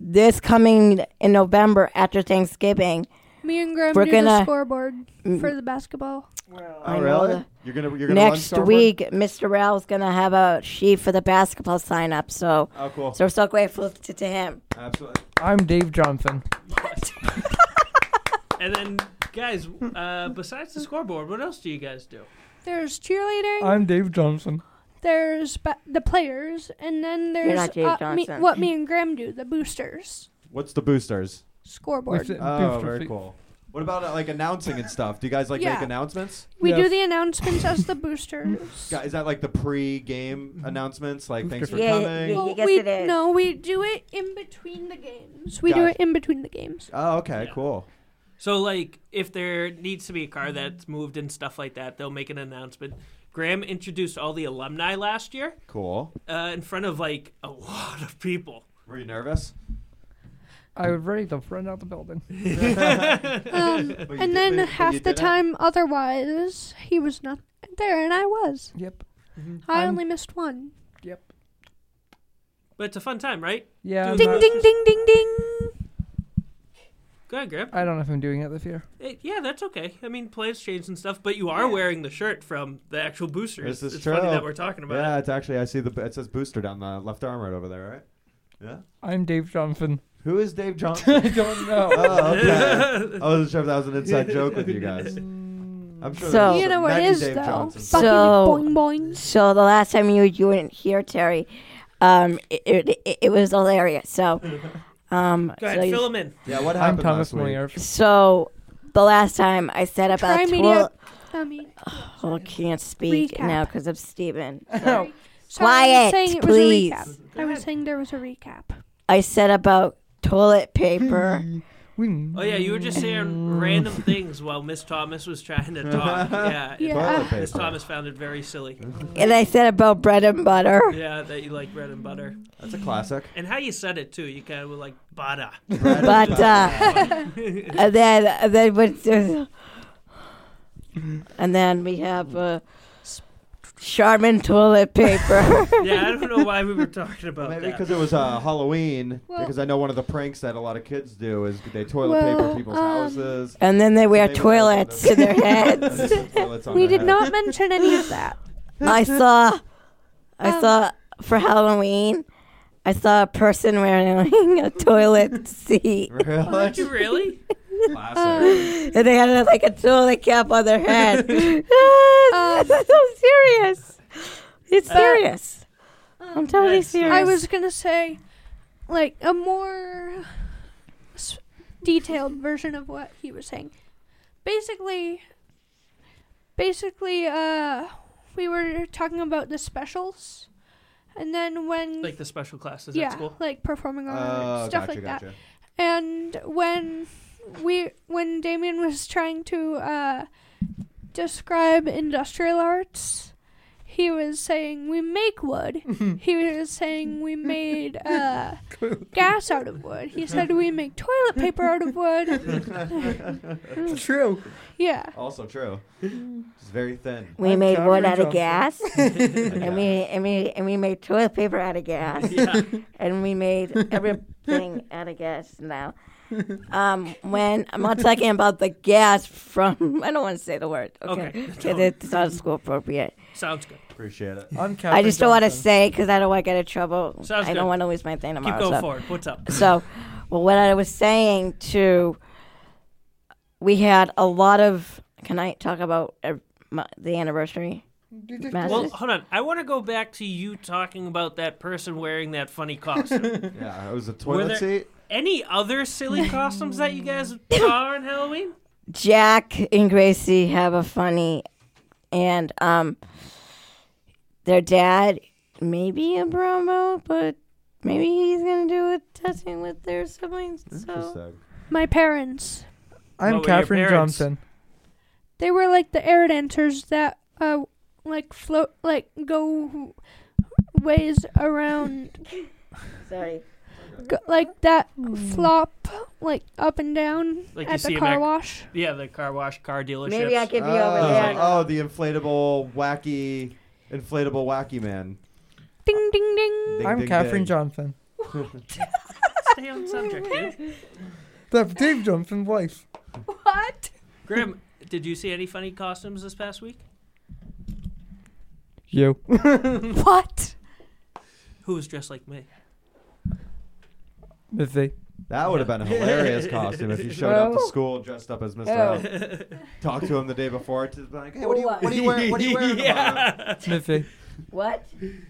S3: This coming in November after Thanksgiving.
S1: Me and Graham
S3: We're
S1: do the
S3: gonna-
S1: scoreboard for the basketball.
S5: Oh,
S3: I know
S5: really?
S3: the-
S5: You're gonna you're gonna run
S3: Next
S5: scoreboard?
S3: week, Mr. Rao's gonna have a sheet for the basketball sign up. So,
S5: Oh, cool.
S3: so we're so grateful to, to him.
S5: Absolutely.
S2: I'm Dave Johnson.
S4: And then, guys, uh, besides the scoreboard, what else do you guys do?
S1: There's cheerleading.
S2: I'm Dave Johnson.
S1: there's ba- the players, and then there's
S3: not Jake
S1: uh, me,
S3: Johnson.
S1: what me and Graham do, the boosters.
S5: What's the boosters?
S1: Scoreboard.
S2: That's it.
S5: Oh,
S2: Booster
S5: very
S2: feet.
S5: cool. What about uh, like announcing and stuff? Do you guys like
S1: Yeah.
S5: make announcements?
S1: We do
S2: Yes.
S1: the announcements as the boosters.
S5: Guy- Is that like the pre-game announcements? Like thanks for
S3: Yeah,
S5: coming.
S3: yeah, yeah.
S1: Well,
S3: guess
S1: we,
S3: it is.
S1: No, we do it in between the games. We do
S5: Gotcha.
S1: it in between the games.
S5: Oh, okay,
S4: Yeah.
S5: cool.
S4: So, like, if there needs to be a car that's moved and stuff like that, they'll make an announcement. Graham introduced all the alumni last year
S5: Cool.
S4: uh, in front of like a lot of people.
S5: Were you nervous?
S2: I was ready to run out the building.
S5: But you
S1: Um, and
S5: did-
S1: then
S5: but you
S1: half the
S5: did it?
S1: time, otherwise, he was not there, and I was.
S2: Yep.
S1: I
S2: I'm-
S1: only missed one.
S2: Yep.
S4: But it's a fun time, right?
S2: Yeah. I'm
S4: Ding,
S2: not-
S1: Ding, ding, ding, ding.
S4: Go ahead, Graham.
S2: I don't know if I'm doing it this year.
S4: Eh, yeah, that's okay. I mean, plans change and stuff, but you are wearing the shirt from the actual boosters.
S5: This is
S4: it's funny
S5: true.
S4: that we're talking about
S5: Yeah,
S4: it.
S5: it's actually I see the it says booster down the left arm right over there, right? Yeah.
S2: I'm Dave Johnson.
S5: Who is Dave Johnson?
S2: I don't know.
S5: oh, okay. I wasn't sure if that was an inside joke with you guys. I'm sure.
S3: So-
S5: there's
S1: you know what it
S5: many
S1: is,
S5: Dave
S1: though.
S5: Johnsons.
S1: Fucking
S3: So-
S1: boing, boing.
S3: So the last time you you weren't here, Terry, um, it, it, it, it was hilarious. So, um,
S4: Go ahead,
S3: so, you-
S4: fill 'em in.
S5: Yeah, what
S2: I'm
S5: happened
S2: Thomas
S5: last week?
S2: Moyer.
S3: so the last time I said
S1: Try
S3: about
S1: media.
S3: twelve.
S1: I mean,
S3: Oh, I can't speak
S1: Recap.
S3: now because of Steven.
S1: sorry. I was
S3: Quiet,
S1: saying it
S3: please.
S1: was a recap. I was saying there was a recap.
S3: I said about toilet paper.
S2: Mm.
S4: Oh yeah, you were just saying
S3: Mm.
S4: random things while Miss Thomas was trying to talk. Yeah,
S1: Yeah.
S5: Toilet
S4: Miss
S5: paper.
S4: Thomas found it very silly.
S3: and I said about bread and butter.
S4: Yeah, that you like bread and butter,
S5: That's a classic.
S4: and how you said it too. You kind of were like butter.
S3: But uh, and then and then what- and then we have uh, Charmin toilet paper.
S4: Yeah, I don't know why we were talking about
S5: Maybe
S4: that.
S5: because it was uh, Halloween.
S1: Well-
S5: because I know one of the pranks that a lot of kids do is they toilet
S1: Well,
S5: paper people's
S1: um,
S5: houses.
S3: and then they wear
S5: They wear all
S3: toilets
S5: those-
S3: in their heads.
S5: and it's toilets on
S1: We
S5: their
S1: did
S5: head.
S1: not mention any of that.
S3: I saw, I
S1: Um,
S3: saw for Halloween, I saw a person wearing a toilet seat,
S5: Really?
S4: Did you really?
S1: Oh,
S5: Classic.
S3: and they had a, like a toilet cap on their head.
S1: Um,
S3: That's so serious. It's serious.
S1: Um,
S3: I'm totally
S4: Nice.
S3: serious.
S1: I was gonna say, like a more s- detailed version of what he was saying. Basically, basically, uh, we were talking about the specials, and then when
S4: Like the special classes
S1: yeah,
S4: at school.
S1: like performing art
S5: Oh,
S1: stuff
S5: gotcha,
S1: like that.
S5: gotcha.
S1: And when we when Damien was trying to uh, describe industrial arts, he was saying we make wood. he was saying we made uh, gas out of wood. He said we make toilet paper out of wood.
S2: It's true.
S1: Yeah.
S5: Also true.
S1: Mm.
S5: It's very thin.
S3: we
S2: I'm
S3: made wood
S2: Calvary
S3: out of
S2: Johnson.
S3: gas, and we and we and we made toilet paper out of gas,
S4: Yeah.
S3: and we made everything out of gas now. Um, when I'm not talking about the gas from, I don't want to say the word.
S4: Okay,
S3: Okay,
S4: don't.
S3: It- it's not school appropriate.
S4: Sounds good.
S5: Appreciate it.
S2: I'm
S3: I just don't want to
S2: Johnson.
S3: say because I don't want to get in trouble.
S4: Sounds
S3: I
S4: good.
S3: don't want to lose my thing tomorrow.
S4: Keep going
S3: so.
S4: forward. What's up?
S3: So, well, what I was saying to, we had a lot of. Can I talk about uh, my, the anniversary? Matt's-
S4: Well, hold on. I want to go back to you talking about that person wearing that funny costume.
S5: Yeah, it was a toilet
S4: there-
S5: seat.
S4: Any other silly costumes that you guys saw on Halloween?
S3: Jack and Gracie have a funny, and um, their dad maybe a Bromo, but maybe he's gonna do a testing with their siblings. So
S5: Interesting.
S1: My parents.
S2: I'm
S4: What were Oh, your
S2: Catherine
S4: parents?
S2: Johnson.
S1: They were like the air dancers that uh like float like go ways around
S3: sorry.
S1: go, like that flop like up and down
S4: Like you
S1: at
S4: see
S1: the
S4: 'em
S1: car
S4: act-
S1: wash.
S4: Yeah, the car wash, car dealerships.
S3: Maybe I could be over
S5: Oh,
S3: there.
S5: oh, the inflatable wacky, inflatable wacky man.
S1: Ding ding ding.
S5: Ding,
S2: I'm
S5: ding,
S2: Catherine
S5: ding.
S2: Johnson.
S4: Stay on subject, dude.
S2: The Dave Johnson's wife.
S1: What?
S4: Grim, did you see any funny costumes this past week?
S2: You.
S1: What?
S4: Who was dressed like me?
S2: Missy.
S5: That would have been a hilarious costume if you showed up to
S3: Well-
S5: school dressed up as Mr.
S3: Oh.
S5: Elf. Talk to him the day before to be like, hey, what are you, what are you wearing? What are you wearing? tomorrow?"
S4: yeah.
S2: Missy.
S3: What?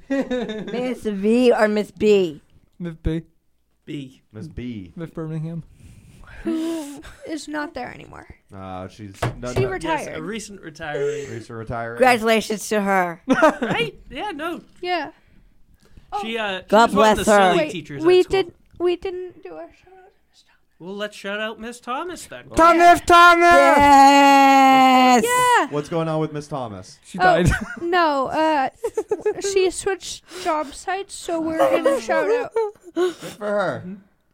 S3: Miss V or Miss B?
S2: Miss B.
S4: B.
S5: Miss B.
S2: Miss Birmingham.
S1: Who is not there anymore?
S5: Uh, she's no,
S1: She
S5: no,
S4: Yes,
S1: retired.
S4: a recent retiree.
S5: Reese are retiring.
S3: Congratulations to her.
S4: right? Yeah, no.
S1: yeah.
S4: She, uh, she
S3: God
S4: was one of the
S3: bless her.
S4: silly
S1: Oh. Wait,
S4: teachers
S1: we
S4: at school.
S1: did. We didn't do our show.
S4: Well, let's shout out Miss Thomas then.
S3: Oh.
S2: Thomas! Thomas!
S3: Yes.
S1: Yeah.
S5: What's going on with Miss Thomas?
S2: She
S1: Oh.
S2: died.
S1: No. Uh, she switched job sites, so we're gonna shout out.
S5: Good for her.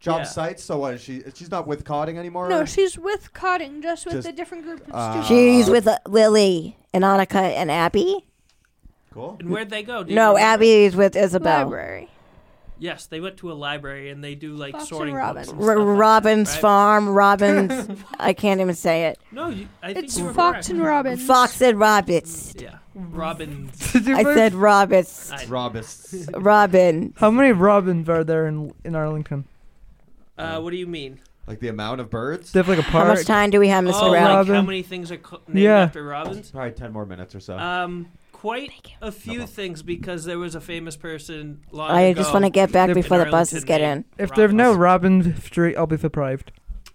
S5: Job
S4: Hmm? Yeah.
S5: sites. So what? Is she she's not with Cotting anymore.
S1: No, she's with Cotting, just with
S5: Just-
S1: a different group of
S5: Ah.
S1: students.
S3: She's with uh, Lily and Annika and Abby.
S5: cool.
S4: And where'd they go? Do you
S3: No,
S4: remember?
S3: Abby is with Isabel.
S1: Library.
S4: Yes, they went to a library and they do like
S1: Fox and
S4: sorting
S1: Robin.
S4: books and
S3: R-
S4: stuff like
S3: Robin's
S4: that, right?
S3: Farm. Robin's. I can't even say it.
S4: No, you, I think
S1: It's
S4: you were
S1: Fox
S4: correct.
S1: and Robbins.
S3: Fox and Robbins.
S4: Yeah, Robin.
S2: Did you
S3: I
S2: vote?
S3: said Robbins.
S4: I-
S5: Robists.
S3: Robin.
S2: How many robins are there in in Arlington?
S4: uh, what do you mean?
S5: like the amount of birds.
S2: They have like a park.
S3: How much time do we have, Mr.
S4: Oh,
S3: Ralph?
S4: like how
S2: Robin.
S4: many things are co- named
S2: Yeah.
S4: after Robins?
S5: Probably ten more minutes or so.
S4: Um, quite a few things because there was a famous person long
S3: I
S4: ago.
S3: just want to get back
S4: in
S3: before the buses
S4: Arlington
S3: get in.
S4: named
S2: If there's no
S4: Robins.
S2: Robin Street, I'll be surprised.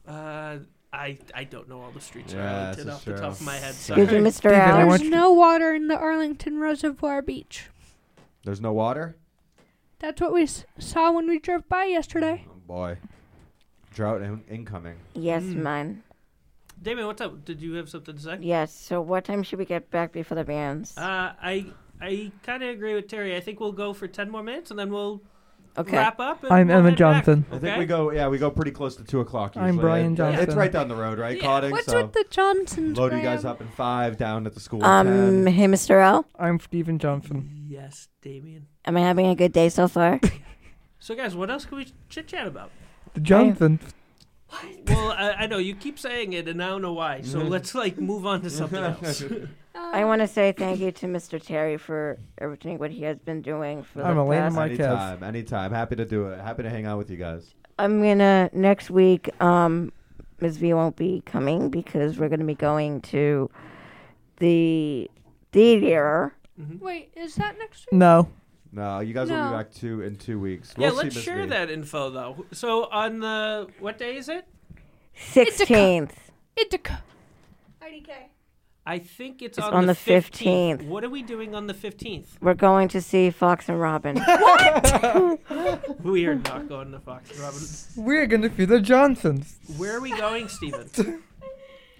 S4: uh, I I don't know all the streets in
S5: Yeah,
S4: Arlington
S5: this
S4: off
S5: is
S4: the
S5: true.
S4: top of my head. Sorry.
S3: Excuse me, Mr.
S2: David, I
S3: Ralph.
S2: want
S1: There's
S2: you-
S1: no water in the Arlington Reservoir Beach.
S5: There's no water.
S1: That's what we s- saw when we drove by yesterday.
S5: Oh boy, drought in- incoming.
S3: Yes,
S4: Hmm.
S3: man.
S4: Damon, what's up? Did you have something to say?
S3: Yes. So, what time should we get back before the bands?
S4: Uh, I I kind of agree with Terry. I think we'll go for ten more minutes and then we'll
S3: Okay.
S4: wrap up. and
S2: I'm
S4: we'll
S2: Emma
S4: head back,
S2: Johnson.
S5: I think
S4: okay?
S5: we go. Yeah, we go pretty close to two o'clock.
S2: I'm
S5: Usually.
S2: Brian
S5: Yeah, It's
S2: Johnson.
S5: right down the road, right, Codding?
S1: What's
S5: so
S1: with the Johnsons?
S5: loading you guys
S1: Graham?
S5: up in five, down at the school. at
S3: Um,
S5: 10.
S3: hey, Mr. L.
S2: I'm Stephen Johnson.
S4: Yes, Damien.
S3: Am I having a good day so far?
S4: So, guys, what else can we chit chat about?
S2: The Johnson.
S4: well, I, I know you keep saying it, and I don't know why. So
S5: Mhm.
S4: let's like move on to something else.
S1: Um,
S3: I want to say thank you to Mr. Terry for everything what he has been doing for
S2: I'm
S3: the
S2: Elena
S3: past.
S2: Marquez.
S5: anytime, anytime. Happy to do it. Happy to hang out with you guys.
S3: I'm gonna next week. Um, Ms. V won't be coming because we're gonna be going to the theater.
S1: Wait, is that next week?
S2: No.
S5: No, you guys will be
S1: No.
S5: back two in two weeks.
S4: yeah,
S5: We'll see
S4: let's
S5: Miss
S4: share
S5: V.
S4: that info though. So on the what day is it?
S1: It's a co-
S3: Sixteenth.
S1: Ithaca. IDK.
S4: I think it's,
S3: It's
S4: on,
S3: on
S4: the
S3: the 15th.
S4: What are we doing on the fifteenth?
S3: We're going to see Fox and Robin.
S4: We are not going to Fox and Robin.
S2: We're gonna be the Johnsons.
S4: Where are we going, Steven?
S5: You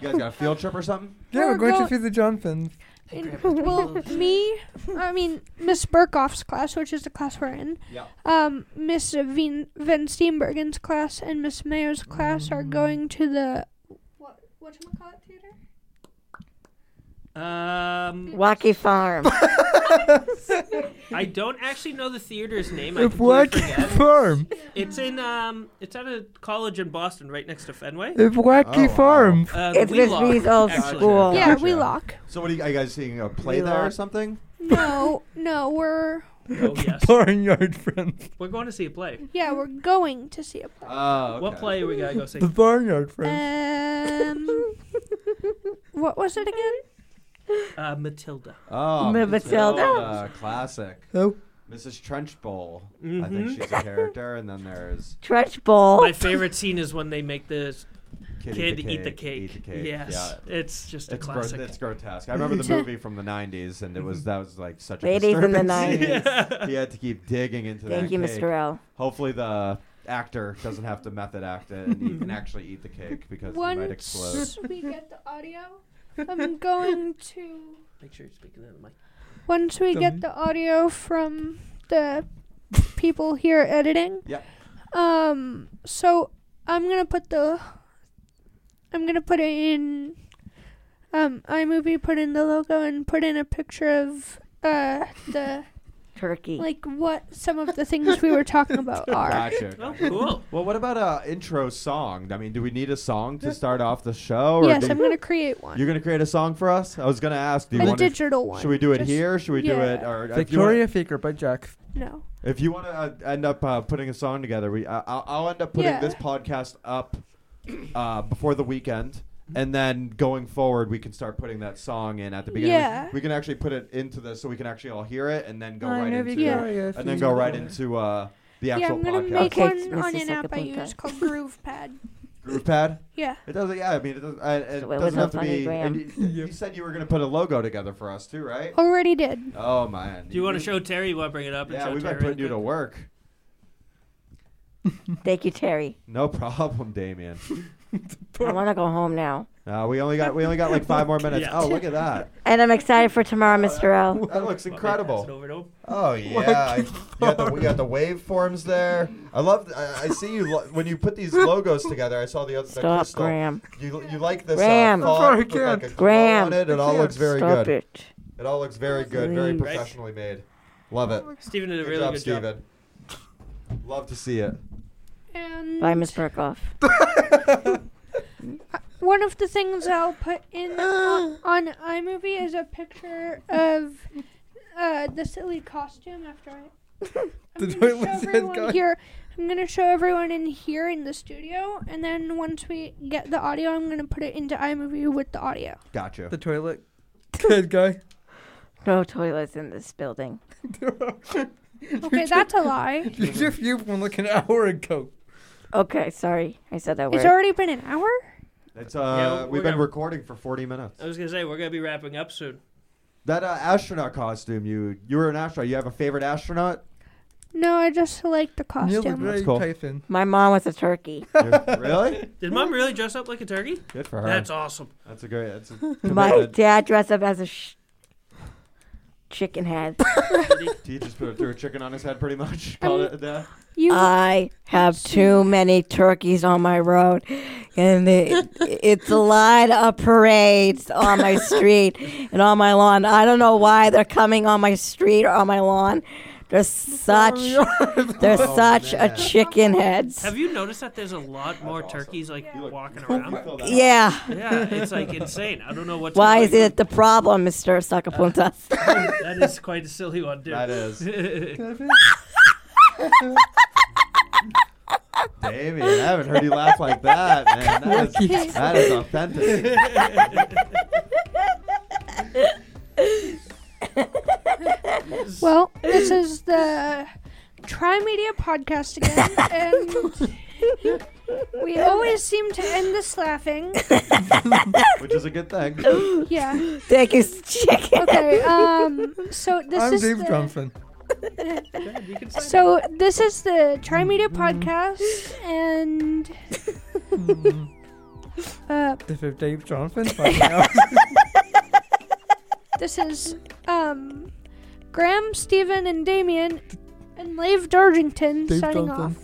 S5: guys got a field trip or something?
S2: Yeah, we're,
S3: Oh,
S1: We're
S2: going
S1: go-
S2: to be the Johnsons.
S1: In, well, me, I mean Miss Burkoff's class, which is the class we're in.
S5: Yeah.
S1: Um, Miss Veen, Van Steenbergen's class and Miss Mayo's class are going to the what? What call it theater?
S4: Um,
S3: Wacky Farm.
S4: I don't actually know the theater's name. I
S2: If
S4: completely
S2: Wacky
S4: forget.
S2: Farm.
S4: It's in um, it's at a college in Boston, right next to Fenway.
S2: If Wacky
S5: wow.
S2: Farm.
S4: Uh,
S3: It's Miss
S4: Wheelock,
S3: V's old
S4: actually.
S3: school.
S1: yeah,
S5: gotcha.
S1: we lock.
S5: So what are you, are you guys seeing a play
S3: We
S5: there or
S3: like-
S5: something?
S1: No, no, we're
S4: Oh yes,
S2: Barnyard Friends.
S4: we're going to see a play.
S1: yeah, we're going to see a play.
S5: Oh, okay.
S4: What play are we gonna go see?
S2: The Barnyard
S1: Uh,
S2: Friends.
S1: Um, what was it again?
S4: Uh, Matilda.
S5: Oh,
S3: Ma-
S5: Matilda. Classic.
S2: Oh.
S5: Mrs. Trenchbowl. I
S4: Mm-hmm.
S5: think she's a character, and then there's
S3: Trench
S2: Oh,
S3: Bowl.
S4: My favorite scene is when they make the
S5: Kid,
S4: kid
S5: eat, the
S4: eat the
S5: cake.
S4: cake.
S5: Eat the cake.
S4: Yes,
S5: Yeah.
S4: it's just a
S5: It's, gro-
S4: classic.
S5: it's grotesque. I remember the movie from the '90s, and it was that was like such a
S3: Ladies in the
S5: disturbing scene.
S3: 90s.
S5: He had to keep digging into that.
S3: Thank you,
S5: cake.
S3: Mr. L.
S5: Hopefully, the actor doesn't have to method act it, and he can actually eat the cake because it might explode.
S1: Once we get the audio, I'm going to.
S4: Make sure you're speaking into the mic.
S1: Once we
S2: Dummy.
S1: get the audio from the people here editing.
S5: Yep.
S1: Um. So I'm gonna put the. I'm gonna put it in. Um, iMovie put in the logo and put in a picture of uh the
S3: Turkey.
S1: like what some of the things we were talking about are.
S5: Gotcha.
S4: Oh, cool.
S5: Well, what about a intro song? I mean, do we need a song to start off the show? Or
S1: Yes,
S5: do-
S1: I'm gonna create one.
S5: You're gonna create a song for us? I was gonna ask. Do you
S1: a
S5: want to?
S1: digital one.
S5: Should we do it
S1: Just-
S5: here? Should we do
S1: yeah.
S5: it? Or if you wanna-
S2: Victoria Faker by Jack.
S1: No.
S5: If you want to uh, end up uh, putting a song together, we I I'll, I'll end up putting
S1: Yeah.
S5: this podcast up uh, before the weekend, and then going forward, we can start putting that song in at the beginning. We-
S1: Yeah.
S5: We, can actually put it into this, so we can actually all hear it, and then go
S2: I
S5: right
S2: know
S5: into
S2: Victoria
S5: and then go right
S2: Faker.
S5: into uh, the
S1: Yeah,
S5: actual
S1: I'm gonna
S5: podcast.
S1: make
S3: Okay,
S1: one
S3: Mrs.
S1: on an app I
S3: Acapulco.
S1: use called GroovePad.
S5: Groovepad.
S1: Yeah.
S5: It doesn't. Yeah, I mean, it doesn't. I, it
S3: So it was
S5: doesn't
S3: a
S5: have to
S3: funny
S5: be.
S3: gram.
S5: and you, you said you were gonna put a logo together for us too, right?
S1: Already did.
S5: Oh man.
S4: Do you want to show Terry? You want to bring it up? and
S5: Yeah,
S4: show
S5: we've been
S4: Terry
S5: putting you
S4: real
S5: to
S4: quick?
S5: work.
S3: Thank you, Terry.
S5: No problem, Damien.
S3: I want to go home now.
S5: Uh, we only got we only got like five more minutes.
S4: Yeah.
S5: Oh, look at that!
S3: And I'm excited for tomorrow, Mr. L.
S5: That looks
S4: Want me to pass it
S5: incredible.
S4: over to him?
S5: Oh yeah, I- you got the, we got the waveforms there. I love. I, I see you lo- when you put these logos together. I saw the other the
S3: Stop,
S5: crystal.
S3: Graham.
S5: You you like this
S3: Graham.
S5: Uh, font
S2: Sorry,
S5: with, like, a
S2: Graham.
S5: glow on
S3: Graham.
S5: it. It all looks very
S3: Stop
S5: good.
S3: it.
S5: It all looks very good. Very
S3: Please.
S5: professionally made. Love it.
S4: Steven did a
S5: Good
S4: really
S5: job,
S4: good job.
S5: Steven. Love to see it.
S1: And
S3: Bye, Miss Burkoff.
S1: one of the things I'll put in on, on iMovie is a picture of uh, the silly costume after I. I'm
S2: The
S1: gonna
S2: toilet
S1: show
S2: said
S1: everyone
S2: going-
S1: here. I'm gonna show everyone in here in the studio, and then once we get the audio, I'm gonna put it into iMovie with the audio.
S5: Gotcha.
S2: The toilet. Good guy.
S3: No toilets in this building.
S1: Okay, that's a lie.
S2: You just you from like an hour ago.
S3: Okay, sorry. I said that
S1: It's
S3: word.
S1: already been an hour.
S5: It's uh,
S4: Yeah, we're
S5: we've been
S4: gonna- Uh,
S5: recording for forty minutes.
S4: I was gonna say we're gonna be wrapping up soon.
S5: That uh, astronaut costume. You you were an astronaut. You have a favorite astronaut?
S1: No, I just like the
S2: Neil
S1: costume.
S2: deGrasse
S5: cool.
S2: Tyson.
S3: My mom was a turkey.
S5: really?
S4: Did Mom really dress up like a turkey?
S5: Good for her.
S4: That's awesome.
S5: That's a great. That's a
S3: My
S5: commitment.
S3: dad dressed up as a sh- chicken head.
S5: Do you just put, threw a chicken on his head pretty much? Called it a day?
S1: You
S2: Uh,
S3: I have too many turkeys on my road, and the, it's a lot of parades on my street and on my lawn. I don't know why they're coming on my street or on my lawn. They're such, they're
S5: Oh,
S3: such
S5: man.
S3: a chicken heads.
S4: Have you noticed that there's a lot more
S5: awesome.
S4: turkeys like
S5: You look-
S4: walking
S5: You
S4: around?
S5: feel that?
S3: yeah.
S4: yeah, it's like insane. I don't know what's
S3: Why
S4: going
S3: is it the problem, Mister Sacapuntas?
S4: on. That is quite a silly one, dude.
S5: That is. Baby, I haven't heard you laugh like that, man. That is, that is authentic.
S1: well, this is the Tri Media podcast again, and we always seem to end this laughing.
S5: Which is a good thing.
S1: Yeah.
S3: Thank you, chicken.
S1: Okay. Um. So this
S2: I'm
S1: is
S2: Dave
S1: the,
S2: Johnson.
S1: So this is the Tri Media podcast, and uh,
S2: This is Dave Johnson. finding out.
S1: This is um, Graham, Stephen, and Damien, and Lave Dargington
S2: Dave
S1: signing
S2: Johnson.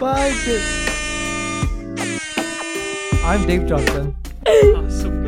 S1: off.
S2: Bye. Dave. I'm Dave Johnson.
S4: Awesome.